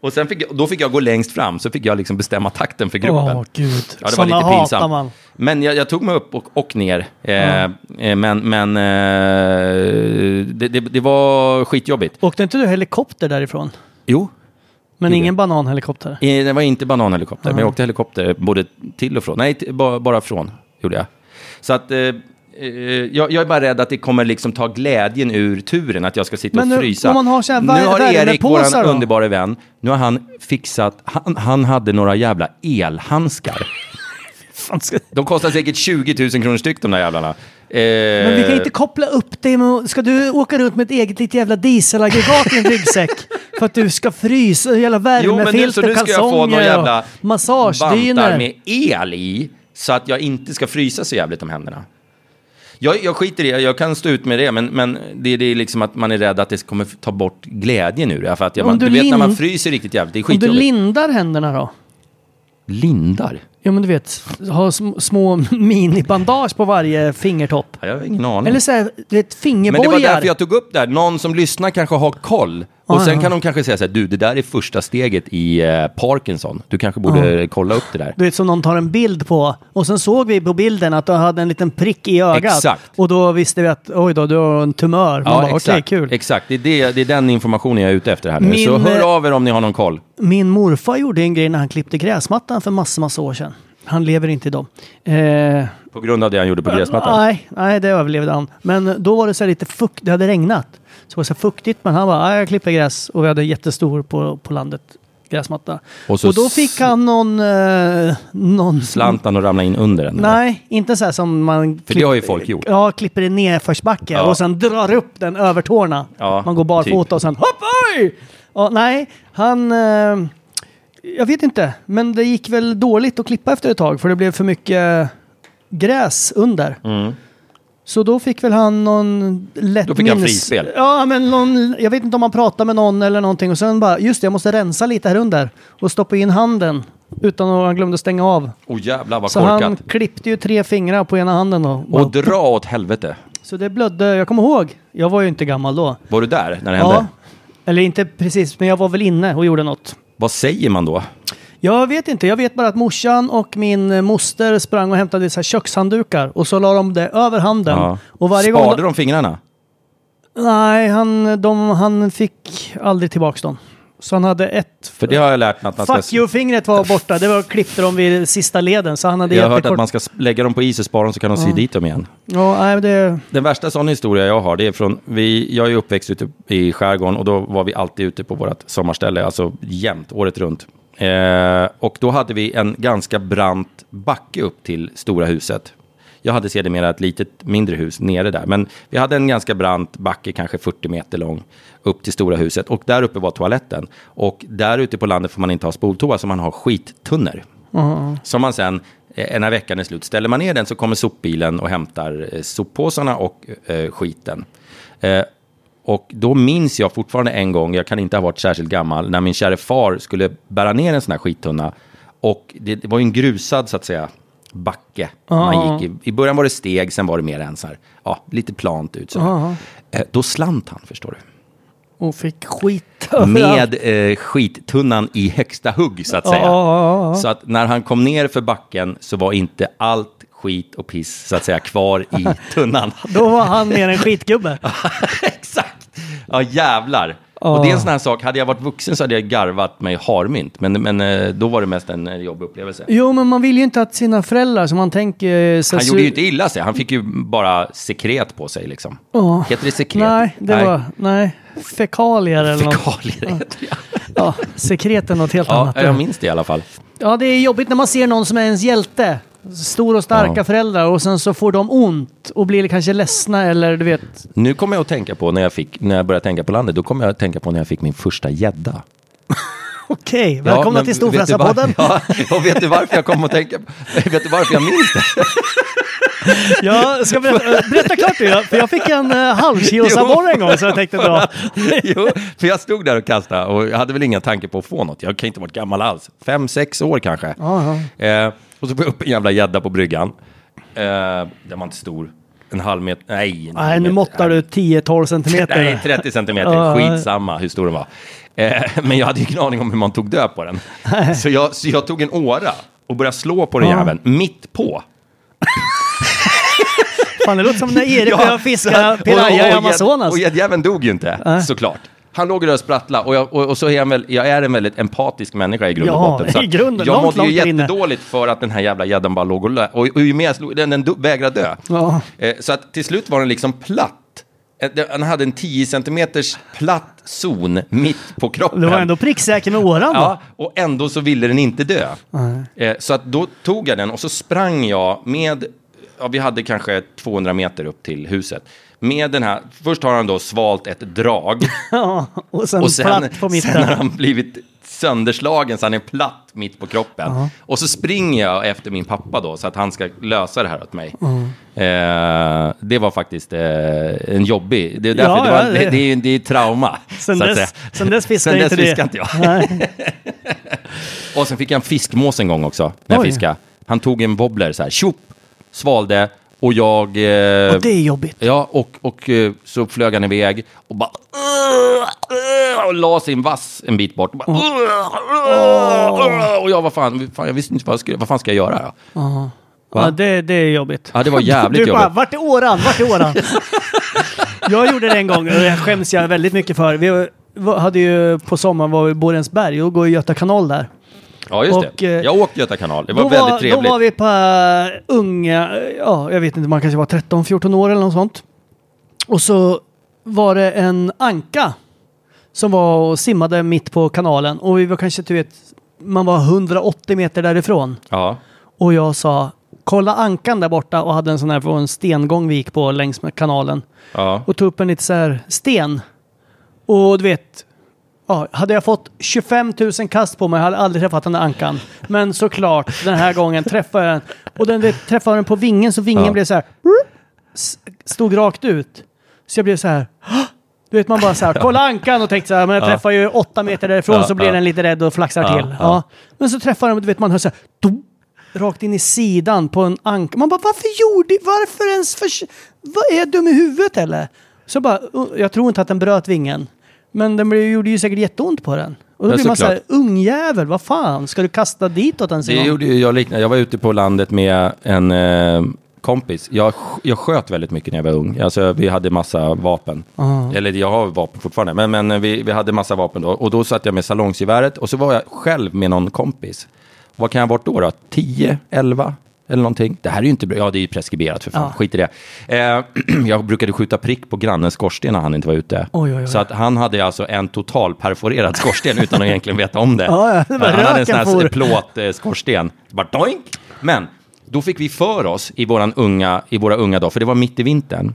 Och sen fick, jag- då fick jag gå längst fram, så fick jag liksom bestämma takten för gruppen.
Åh, gud.
Ja, det var
Såna
lite
hatar
pinsamt.
man.
Men jag, jag tog mig upp och, och ner. Eh, eh, Men, men eh, det, det, det var skitjobbigt.
Åkte inte du helikopter därifrån?
Jo,
Men
Gjorde
ingen bananhelikopter?
Eh, Det var inte bananhelikopter, men jag åkte helikopter både till och från. Nej, t- bara, bara från gjorde jag. Så att eh, eh, jag, jag är bara rädd att det kommer liksom ta glädjen ur turen, att jag ska sitta
Men
och
nu-
frysa.
om man har så här
nu
vär-
har Erik,
värmepåsar
vår
då?
underbara vän, nu har han fixat, han, han hade några jävla elhandskar.
Fan, ska-
De kostar säkert 20 000 kronor styck de där jävlarna.
Men vi kan
Eh.
inte koppla upp det med... Ska du åka runt med ett eget litet jävla dieselaggregat i en ryggsäck? För att du ska frysa, jävla
Jo, men nu, så
värmefilter,
nu ska jag få några
kalsonger
jävla
och
vantar
massagedynor.
med el i så att jag inte ska frysa så jävligt om händerna. Jag, jag skiter i det, jag kan stå ut med det, men, men det, det är liksom att man är rädd att det kommer ta bort glädjen ur det. För att jag,
Om
man,
du
du, vet när man
lin-
fryser riktigt jävligt, det är
Om du
skitjobbigt.
lindar händerna då?
Lindar?
Ja men du vet, ha sm- små minibandage på varje fingertopp.
Ja, Jag har ingen aning.
Eller så här, du vet,
men det var
fingerborgar.
därför jag tog upp det här. Någon som lyssnar kanske har koll. Och
Ah,
sen
ja.
kan de kanske säga så här, du det där är första steget i eh, Parkinson. Du kanske borde
Ah.
kolla upp det där.
Du vet som någon tar en bild på och sen såg vi på bilden att du hade en liten prick i ögat.
Exakt.
Och då visste vi att oj då, du har en tumör. Man bara, okej, kul.
Exakt, det är, det, det är den informationen jag är ute efter här nu. Så
Min,
hör
eh,
av er om ni har någon koll.
Min morfar gjorde en grej när han klippte gräsmattan för massor, massor år sedan. Han lever inte idag. Eh,
På grund av det han gjorde på gräsmattan.
Nej, nej, det överlevde han. Men då var det så här lite fukt, det hade regnat. Så det var så här fuktigt, men han bara, "Nej, jag klipper gräs. Och vi hade jättestor på, på landet gräsmatta.
Och
Och,
så
då fick han någon... Eh, någon
Slant han och ramlade in under den? eller?
Nej, inte så här som man...
För det har ju folk gjort.
Ja, klipper i nedförsbacke
Ja.
och sen drar upp den över tårna.
Ja,
man går barfota
typ.
och sen hopp, oj! Ja, nej, han... Eh, jag vet inte, men det gick väl dåligt att klippa efter ett tag för det blev för mycket gräs under. Så då fick väl han någon lätt
Mm. Då fick han
minnes-
frispel.
Ja, men någon, jag vet inte om han pratade med någon eller någonting och sen bara, just det, jag måste rensa lite här under och stoppa in handen utan att han glömde stänga av.
Åh jävlar vad
Så
korkat.
han klippte ju tre fingrar på ena handen då.
Och dra åt helvete.
Så det blödde, jag kommer ihåg, jag var ju inte gammal då.
Var du där när det hände?
Eller inte precis, men jag var väl inne och gjorde något.
Vad säger man då?
Jag vet inte, jag vet bara att morsan och min eh, moster sprang och hämtade så här kökshanddukar och så la de det över handen.
Ja.
Och varje
Sparade
gång...
de fingrarna?
Nej, han, de, han fick aldrig tillbaks dem. Så han hade ett...
För det har jag lärt mig att man
Fuck
ska...
you-fingret var borta, det var klippte de vid sista leden så han hade
Jag har hört
jättekort-
att man ska lägga dem på is och spara dem så kan de sy dit dem igen.
Ja, nej, men det...
Den värsta sån historia jag har, det är från, vi, jag är uppväxt ute i skärgården och då var vi alltid ute på vårt sommarställe, alltså jämt, året runt. Eh, och då hade vi en ganska brant backe upp till stora huset. Jag hade sedermera ett litet mindre hus nere där, men vi hade en ganska brant backe, kanske 40 meter lång, upp till stora huset. Och där uppe var toaletten. Och där ute på landet får man inte ha spoltoa, så man har skittunnor. Som man sen, eh, när veckan är slut, ställer man ner den så kommer sopbilen och hämtar eh, soppåsarna och eh, skiten. Eh, och då minns jag fortfarande en gång, jag kan inte ha varit särskilt gammal, när min käre far skulle bära ner en sån här skittunna. Och det, det var ju en grusad, så att säga, backe. Man gick i, I början var det steg, sen var det mer en så här, ja, lite plant ut så här. Eh, Då slant han, förstår du
Och fick skit överallt.
med eh, skittunnan i högsta hugg så att säga. Så att när han kom ner för backen så var inte allt skit och piss så att säga kvar i tunnan.
Då var han mer en skitgubbe.
Exakt! Ja jävlar. Och det är en sån här sak, hade jag varit vuxen så hade jag garvat mig harmynt. Men, men eh, då var det mest en eh, jobbig upplevelse.
Jo, men man vill ju inte att sina föräldrar som man tänker... eh, Så
Han gjorde ju inte illa sig, han fick ju bara sekret på sig liksom. Heter det sekret?
Nej, det var... Nej. Fekalier eller något.
Fekalier heter det.
Ja, sekret är något helt
Ja,
annat.
jag minns det i alla fall.
Ja, det är jobbigt när man ser någon som är ens hjälte. Stor och starka
Ja.
föräldrar och sen så får de ont och blir kanske ledsna eller du vet.
Nu kommer jag att tänka på när jag, fick, när jag började tänka på landet, då kommer jag att tänka på när jag fick min första gädda.
Okej, välkomna
men
till
vet du
Storfräsarpodden.
var- Ja, och vet du varför jag kom att tänka på... Vet du varför jag minns det?
Jag ska berätta, eh, berätta klart nu, för jag fick en eh, halvkilos
Jo.
abborre en gång så jag tänkte dra.
Jo, för jag stod där och kastade och jag hade väl ingen tanke på att få något. Jag kan inte ha varit gammal alls. Fem, sex år kanske. Eh, och så får jag upp en jävla gädda på bryggan. Eh, den var inte stor. En halv meter. Nej, en
Nej,
halv
nu
meter.
måttar du 10-12 centimeter.
Nej, 30 centimeter.
Ja.
Skitsamma hur stor den var. Eh, men jag hade ju ingen aning om hur man tog död på den. Så jag, så jag tog en åra och började slå på den
Ja.
jäveln mitt på.
Fan, det låter som när Erik
Ja,
och jag fiskade
så-
piraya i
och- och-
Amazonas.
Och gäddjäveln dog ju inte, såklart. Han låg där och sprattlade och, jag, och, och så är han väl, jag är en väldigt empatisk människa i grund och
Ja,
botten. Så
i
att
grunden,
jag
långt,
mådde ju
långt där inne.
jättedåligt för att den här jävla gäddan bara låg och lö. Och, och ju mer jag slog, den, den do- vägrade dö.
Ja.
Eh, så att till slut var den liksom platt. Eh, det- Han hade en 10 centimeters platt zon mitt på kroppen.
Du var ändå pricksäker med åran då.
Ja, och ändå så ville den inte dö. Eh, så att då tog jag den och så sprang jag med, ja, vi hade kanske 200 meter upp till huset. Med den här, först har han då svalt ett drag
Ja, och sen,
och sen,
platt på
sen har
mitten.
han blivit sönderslagen så han är platt mitt på kroppen. Och så springer jag efter min pappa då så att han ska lösa det här åt mig. Eh, det var faktiskt eh, en jobbig, det är därför
Ja,
det, var,
ja,
det,
det-
det, är, det är trauma.
Sen
så att
dess-
säga.
sen dess fiskar
Sen
inte
dess
det.
fiskar inte jag. Och sen fick jag en fiskmås en gång också, när jag
Oj.
fiskade. Han tog en wobbler så här, tjopp, svalde och jag... eh,
Och det är jobbigt.
Ja, och, och eh, så flög han iväg och bara... "Åh, åh", Och la sin vass en bit bort. Och, bara, "Åh, åh", och jag, vad fan, fan, jag visste inte vad, jag skulle, vad fan ska jag göra? Ja, Va?
Ja, det, det är jobbigt.
ja det var jävligt
du, bara,
jobbigt.
Vart är åran? Vart är åran? jag gjorde det en gång och det skäms jag väldigt mycket för. Vi var- hade ju på sommaren var vi i Borensberg och går i Göta kanal där.
Ja, just
och, eh,
det. Jag åkte Göta kanal, det
då
var väldigt trevligt.
Då var vi på eh, unga, eh, ja jag vet inte, man kanske var 13-14 år eller något sånt. Och så var det en anka som var och simmade mitt på kanalen och vi var kanske, du vet, man var 180 meter därifrån.
Ja.
Och jag sa kolla ankan där borta och hade en sån här från en stengång vi gick på längs med kanalen.
Ja.
Och tog upp en lite så här sten. Och du vet, ja, hade jag fått 25 000 kast på mig hade jag aldrig träffat den där ankan. Men såklart, den här gången träffade jag den. Och den du vet, träffade den på vingen så vingen
Ja.
blev så här, s- stod rakt ut. Så jag blev så här, "Hå!" du vet man bara så här, kolla ankan och tänkte så här, men jag träffar ju åtta meter därifrån
Ja,
så blir
ja.
den lite rädd och flaxar
Ja,
till.
ja.
Ja. Men så träffar den, du vet man hör så här, dum, rakt in i sidan på en anka. Man bara, varför gjorde, varför ens, för, vad är jag dum i huvudet eller? Så bara, "Uh, jag tror inte att den bröt vingen. Men den blev, gjorde ju säkert jätteont på den. Och då
Ja,
blir man så här,
såklart.
ungjävel, vad fan, ska du kasta ditåt ens en
Det
gång?
gjorde ju jag liknande. Jag var ute på landet med en eh, kompis. Jag, sk- jag sköt väldigt mycket när jag var ung. Alltså, vi hade massa vapen.
Ah.
Eller jag har vapen fortfarande, men, men eh, vi, vi hade massa vapen då. Och då satt jag med salongsgeväret och så var jag själv med någon kompis. Vad kan jag ha varit då? då? 10, 11 eller någonting? Det här är ju inte bra. Ja, det är ju preskriberat för fan.
Ja.
Skit i det. Eh, jag brukade skjuta prick på grannens skorsten när han inte var ute.
Oj, oj, oj.
Så att han hade alltså en total perforerad skorsten utan att egentligen veta om det.
Ja, ja, det var
han hade en
röken
sån
for.
här plåtskorsten. Bara doink! Men då fick vi för oss i, våran unga, i våra unga dagar, för det var mitt i vintern.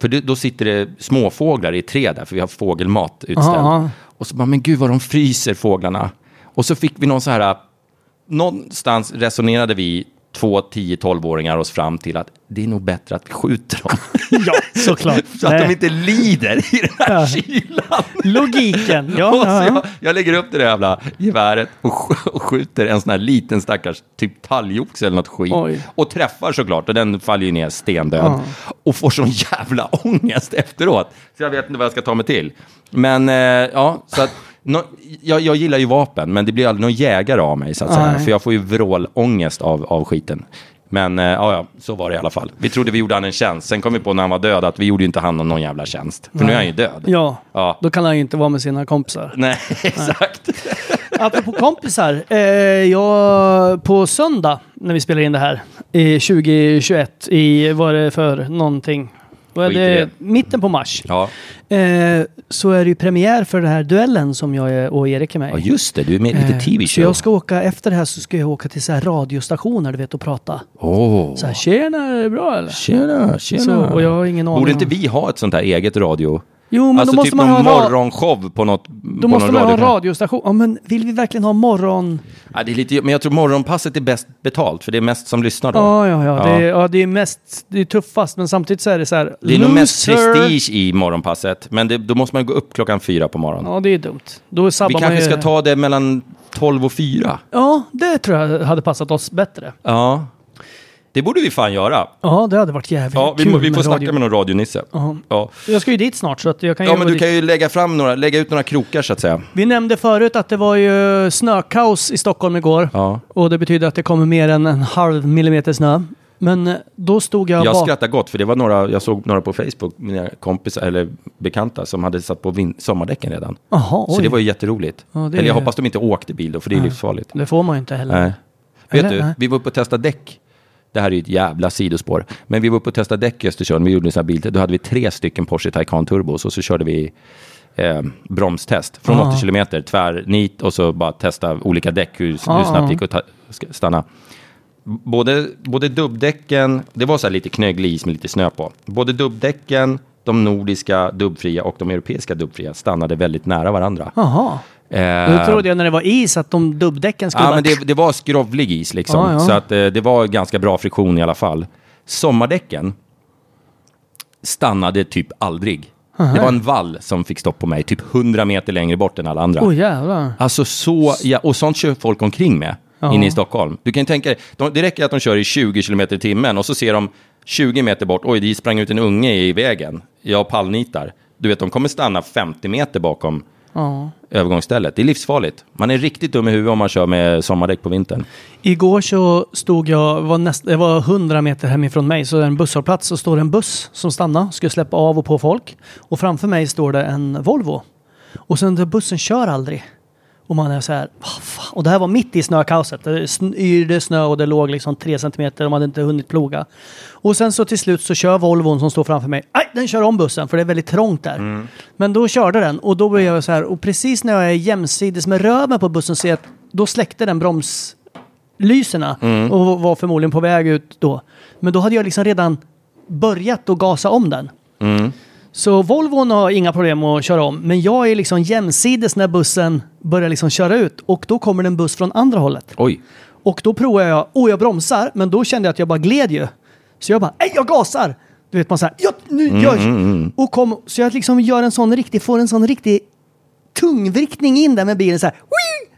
För det, då sitter det småfåglar i träd där, för vi har fågelmat utställd.
Ja.
Och så bara, men gud vad de fryser fåglarna. Och så fick vi någon så här, någonstans resonerade vi två 10-12-åringar oss fram till att det är nog bättre att vi skjuter dem.
Ja, såklart.
så att
Nej.
de inte lider i den här kylan.
Logiken, ja.
Och så
ja.
jag, jag lägger upp det där jävla geväret och, sk- och skjuter en sån här liten stackars typ talgoxe eller något skit.
Oj.
Och träffar såklart och den faller ju ner stendöd. Och får sån jävla ångest efteråt. Så jag vet inte vad jag ska ta mig till. Men eh, ja, så att, nå- jag, jag gillar ju vapen men det blir aldrig någon jägare av mig så att säga.
Nej.
För jag får ju vrålångest av, av skiten. Men eh, ja, ja, så var det i alla fall. Vi trodde vi gjorde han en tjänst. Sen kom vi på när han var död att vi gjorde ju inte han någon jävla tjänst. För nu är han ju död.
Ja,
Ja.
då kan han ju inte vara med sina kompisar.
Nej, exakt.
Apropå kompisar, eh, jag, på söndag när vi spelar in det här, i 2021, i vad är det för någonting? Vad är
Skit i
det?
det.
Mitten på mars.
Ja.
Eh, så är det ju premiär för den här duellen som jag är- och Erik är med i.
Ja just det, du är med i
Eh,
lite
Så
tv-show.
jag ska åka, efter det här så ska jag åka till så här radiostationer du vet och prata.
Åh.
Så här, tjena, är det bra eller?
Tjena, tjena.
Så, och jag har ingen aning
Borde
om-
inte vi ha ett sånt här eget radio?
Jo, men då
alltså
måste
typ
man
någon
ha ra-
morgonshow på något
Då måste man ha en radiostation. Ja, men vill vi verkligen ha morgon...
Ja, det är lite, men jag tror morgonpasset är bäst betalt, för det är mest som lyssnar då.
Ja, ja, ja.
Ja.
Det, är, ja det är mest... Det är tuffast, men samtidigt så är det så här...
Det är nog mest
loser.
prestige i morgonpasset, men det, då måste man gå upp klockan fyra på morgonen.
Ja, det är dumt. Då sabbar
Vi
man
kanske
ju...
ska ta det mellan 12 och 4.
Ja, det tror jag hade passat oss bättre.
Ja. Det borde vi fan göra.
Ja, det hade varit jävligt
Ja, vi,
kul
må, vi får snacka
radio.
med någon radionisse. Ja.
Jag ska ju dit snart så att jag kan
ja,
ju
men
gå
du
dit.
kan ju lägga, fram några, lägga ut några krokar så att säga.
Vi nämnde förut att det var ju snökaos i Stockholm igår.
Ja.
Och det betyder att det kommer mer än en halv millimeter snö. Men eh, då stod jag,
Jag
bak-
skrattar gott, för det var några, jag såg några på Facebook, mina kompisar eller bekanta, som hade satt på vin- sommardäcken redan.
Jaha, oj.
Så det var ju jätteroligt.
Ja, det är-
Eller jag hoppas de inte åkte bil då, för det är livsfarligt.
Det får man ju inte heller.
Nej.
Eller?
Vet du,
Nej.
vi var uppe och testade däck. Det här är ju ett jävla sidospår. Men vi var uppe och testade däck i Östersund. Vi gjorde en sån här bil. Då hade vi tre stycken Porsche Taycan Turbos och så körde vi eh, bromstest från
Ah.
80 kilometer tvärnit och så bara testa olika däck, hur,
Ah.
hur snabbt det gick att ta, sk- stanna. B- Både, både dubbdäcken, det var så här lite knögglig is med lite snö på. Både dubbdäcken, de nordiska dubbfria och de europeiska dubbfria stannade väldigt nära varandra.
Jaha.
Eh,
Då trodde jag när det var is att de dubbdäcken skulle
Ja,
bara...
men det, det var skrovlig is liksom.
Ja, ja.
Så att eh, det var ganska bra friktion i alla fall. Sommardäcken stannade typ aldrig. Det var en vall som fick stopp på mig, typ 100 meter längre bort än alla andra.
Åh jävlar.
Alltså så, ja, och sånt kör folk omkring med
Ja.
inne i Stockholm. Du kan ju tänka dig, de, det räcker att de kör i 20 kilometer i timmen och så ser de 20 meter bort, oj, det sprang ut en unge i vägen, jag pallnitar. Du vet, de kommer stanna 50 meter bakom
Ja.
övergångsstället. Det är livsfarligt. Man är riktigt dum i huvudet om man kör med sommardäck på vintern.
Igår så stod jag, var näst, det var 100 meter hemifrån mig, så är det en busshållplats så står det en buss som stannar, ska släppa av och på folk. Och framför mig står det en Volvo. Och sen den bussen kör aldrig. Och man är så här, "Vad fan?" och det här var mitt i snökaoset. Det sn- yrde snö och det låg liksom tre centimeter, de hade inte hunnit ploga. Och sen så till slut så kör Volvon som står framför mig, aj, den kör om bussen för det är väldigt trångt där. Men då körde den och då blev jag så här, och precis när jag är jämsides med röven på bussen ser jag att då släckte den broms lyserna och var förmodligen på väg ut då. Men då hade jag liksom redan börjat att gasa om den. Så Volvon har inga problem att köra om, men jag är liksom jämsides när bussen börjar liksom köra ut och då kommer det en buss från andra hållet.
Oj.
Och då provar jag, oh jag bromsar, men då kände jag att jag bara gled ju. Så jag bara, nej jag gasar! Du vet man såhär, ja nu
Mm,
gör jag! Och kom, så jag liksom gör en sån riktig, får en sån riktig tungvrickning in där med bilen såhär,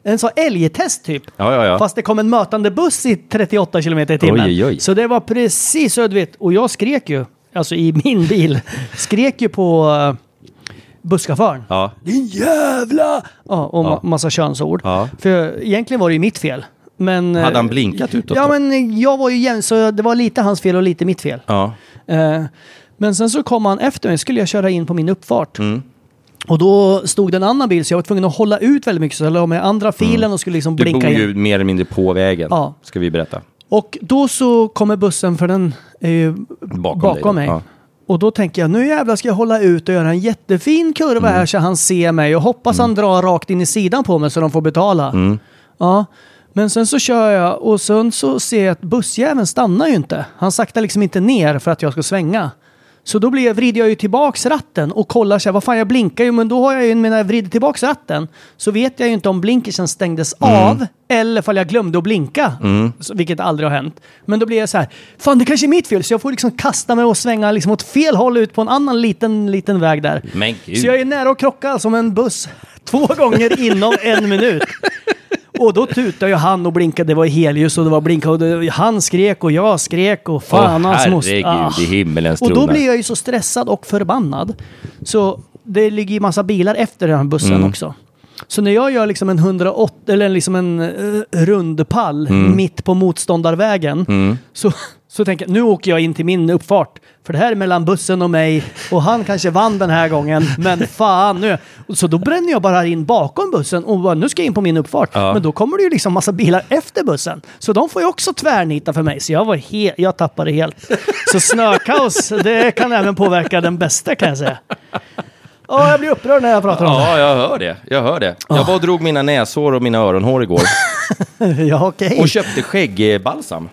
en sån älgtest typ.
Ja, ja, ja.
Fast det kom en mötande buss i 38 kilometer i timmen.
Oj, oj, oj.
Så det var precis så du vet, och jag skrek ju, alltså i min bil, skrek ju på uh, busschauffören.
Ja.
Din jävla! Ja, och ma- massa könsord.
Ja.
För egentligen var det ju mitt fel. Men,
Hade han
eh,
blinkat utåt
Ja,
då?
men eh, jag var ju jämn, så det var lite hans fel och lite mitt fel.
Ja.
Eh, Men sen så kom han efter mig, skulle jag köra in på min uppfart.
Mm.
Och då stod det en annan bil, så jag var tvungen att hålla ut väldigt mycket. Så jag la mig i andra filen och skulle liksom
Mm. Du bor
blinka in.
ju mer eller mindre på vägen,
Ja.
ska vi berätta.
Och då så kommer bussen, för den är ju bakom,
dig då,
mig.
ja.
Och då tänker jag, nu jävlar ska jag hålla ut och göra en jättefin kurva
Mm.
här så han ser mig. Och hoppas han drar rakt in i sidan på mig så de får betala.
Mm.
Ja. Men sen så kör jag och sen så ser jag att bussjäveln stannar ju inte. Han saktar liksom inte ner för att jag ska svänga. Så då blir jag, vrider jag ju tillbaks ratten och kollar så här, vad fan jag blinkar ju men då har jag ju, när jag vrider tillbaks ratten så vet jag ju inte om blinkersen stängdes
Mm.
av eller fall jag glömde att blinka. Så- Vilket aldrig har hänt. Men då blir jag så här, fan det kanske är mitt fel så jag får liksom kasta mig och svänga liksom åt fel håll ut på en annan liten, liten väg där.
Men gud.
Så jag är nära att krocka som en buss två gånger inom en minut. Och då tutade ju han och blinkade, det var helljus och det var blinka och det, han skrek och jag skrek och fan
Åh,
hans Ah.
herregud, i himmelens
Och då
tronar.
blir jag ju så stressad och förbannad. Så det ligger ju massa bilar efter den här bussen
Mm.
också. Så när jag gör liksom en 108, eller liksom en uh, rund pall
Mm.
mitt på motståndarvägen så, så tänker jag nu åker jag in till min uppfart. För det här är mellan bussen och mig och han kanske vann den här gången men fan nu. Så då bränner jag bara in bakom bussen och bara, nu ska jag in på min uppfart. Men då kommer det ju liksom massa bilar efter bussen. Så de får ju också tvärnita för mig. Så jag, var he- jag tappade helt. Så snökaos, det kan även påverka den bästa kan jag säga. Ja, jag blir upprörd när jag pratar om det.
Ja, jag hör det. Jag hör det. Jag var och drog mina näshår och mina öronhår igår
Ja, okej.
och köpte skäggbalsam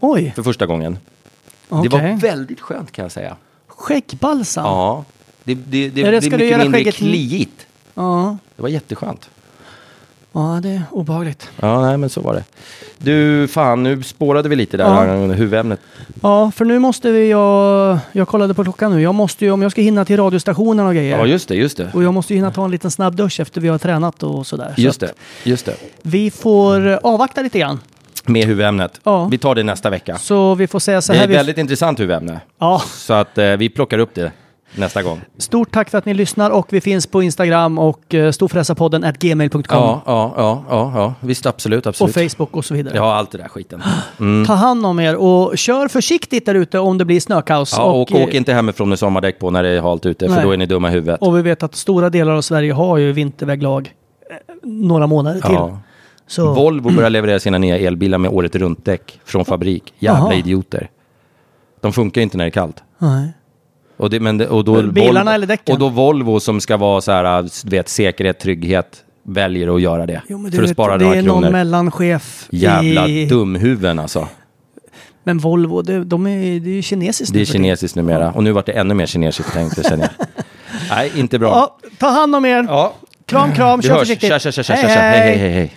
Oj,
för första gången.
okej.
Det var väldigt skönt kan jag säga.
Skäggbalsam?
Ja, Det, det, det,
Eller
det
ska
blir
du
mycket
göra
mindre
skägget-
kliigt.
Ja.
Det var jätteskönt.
ja, det är obehagligt.
Ja, nej, men så var det. Du, fan, nu spårade vi lite där
Ja.
angående huvudämnet.
Ja, för nu måste vi, jag, jag kollade på klockan nu, jag måste ju, om jag ska hinna till radiostationen och grejer.
Ja, just det, just det.
och jag måste ju hinna ta en liten snabb dusch efter vi har tränat och sådär. Så
Just
att
det, just det.
Vi får eh, avvakta lite grann.
Med huvudämnet.
Ja.
Vi tar det nästa vecka.
Så vi får säga så
Det är
här.
ett
Vi,
väldigt intressant huvudämne.
ja,
Så att eh, vi plockar upp det nästa gång.
stort tack för att ni lyssnar och vi finns på Instagram och eh, storfräsarpodden at gmail.com
Ja, ja, ja, ja, ja. Visst, absolut,
och
absolut.
Facebook och så vidare.
Ja, mm. allt det där skiten.
Ta hand om er och kör försiktigt där ute om det blir snökaos.
Ja, och,
eh,
åk inte hemifrån med sommardäck på när det är halt ute, för
Nej.
då är ni dumma i huvudet.
och vi vet att stora delar av Sverige har ju vinterväglag eh, några månader till.
Ja.
Så,
Volvo börjar leverera sina nya elbilar med året runt-däck från fabrik. Jävla
Jaha.
idioter. De funkar ju inte när det är kallt.
nej.
Och, det, men, det- och, då
Men bilarna
Volvo,
eller däcken?
och då Volvo som ska vara så här, äh, du vet, säkerhet, trygghet, väljer att göra det.
Jo, men du
för att
vet,
spara
det
några
är någon
kronor.
mellanchef
Jävla
i...
dumhuvuden alltså.
Men Volvo, det, de är, det är ju kinesiskt.
Det
nu
är
för tiden.
kinesiskt numera. Och nu vart det ännu mer kinesiskt tänkte jag känner jag. Nej, inte bra.
Ja, ta hand om er.
Ja,
Kram, kram,
vi
kör
hörs.
försiktigt.
Tja, tja, tja, tja, tja. Hej, hej, hej, hej.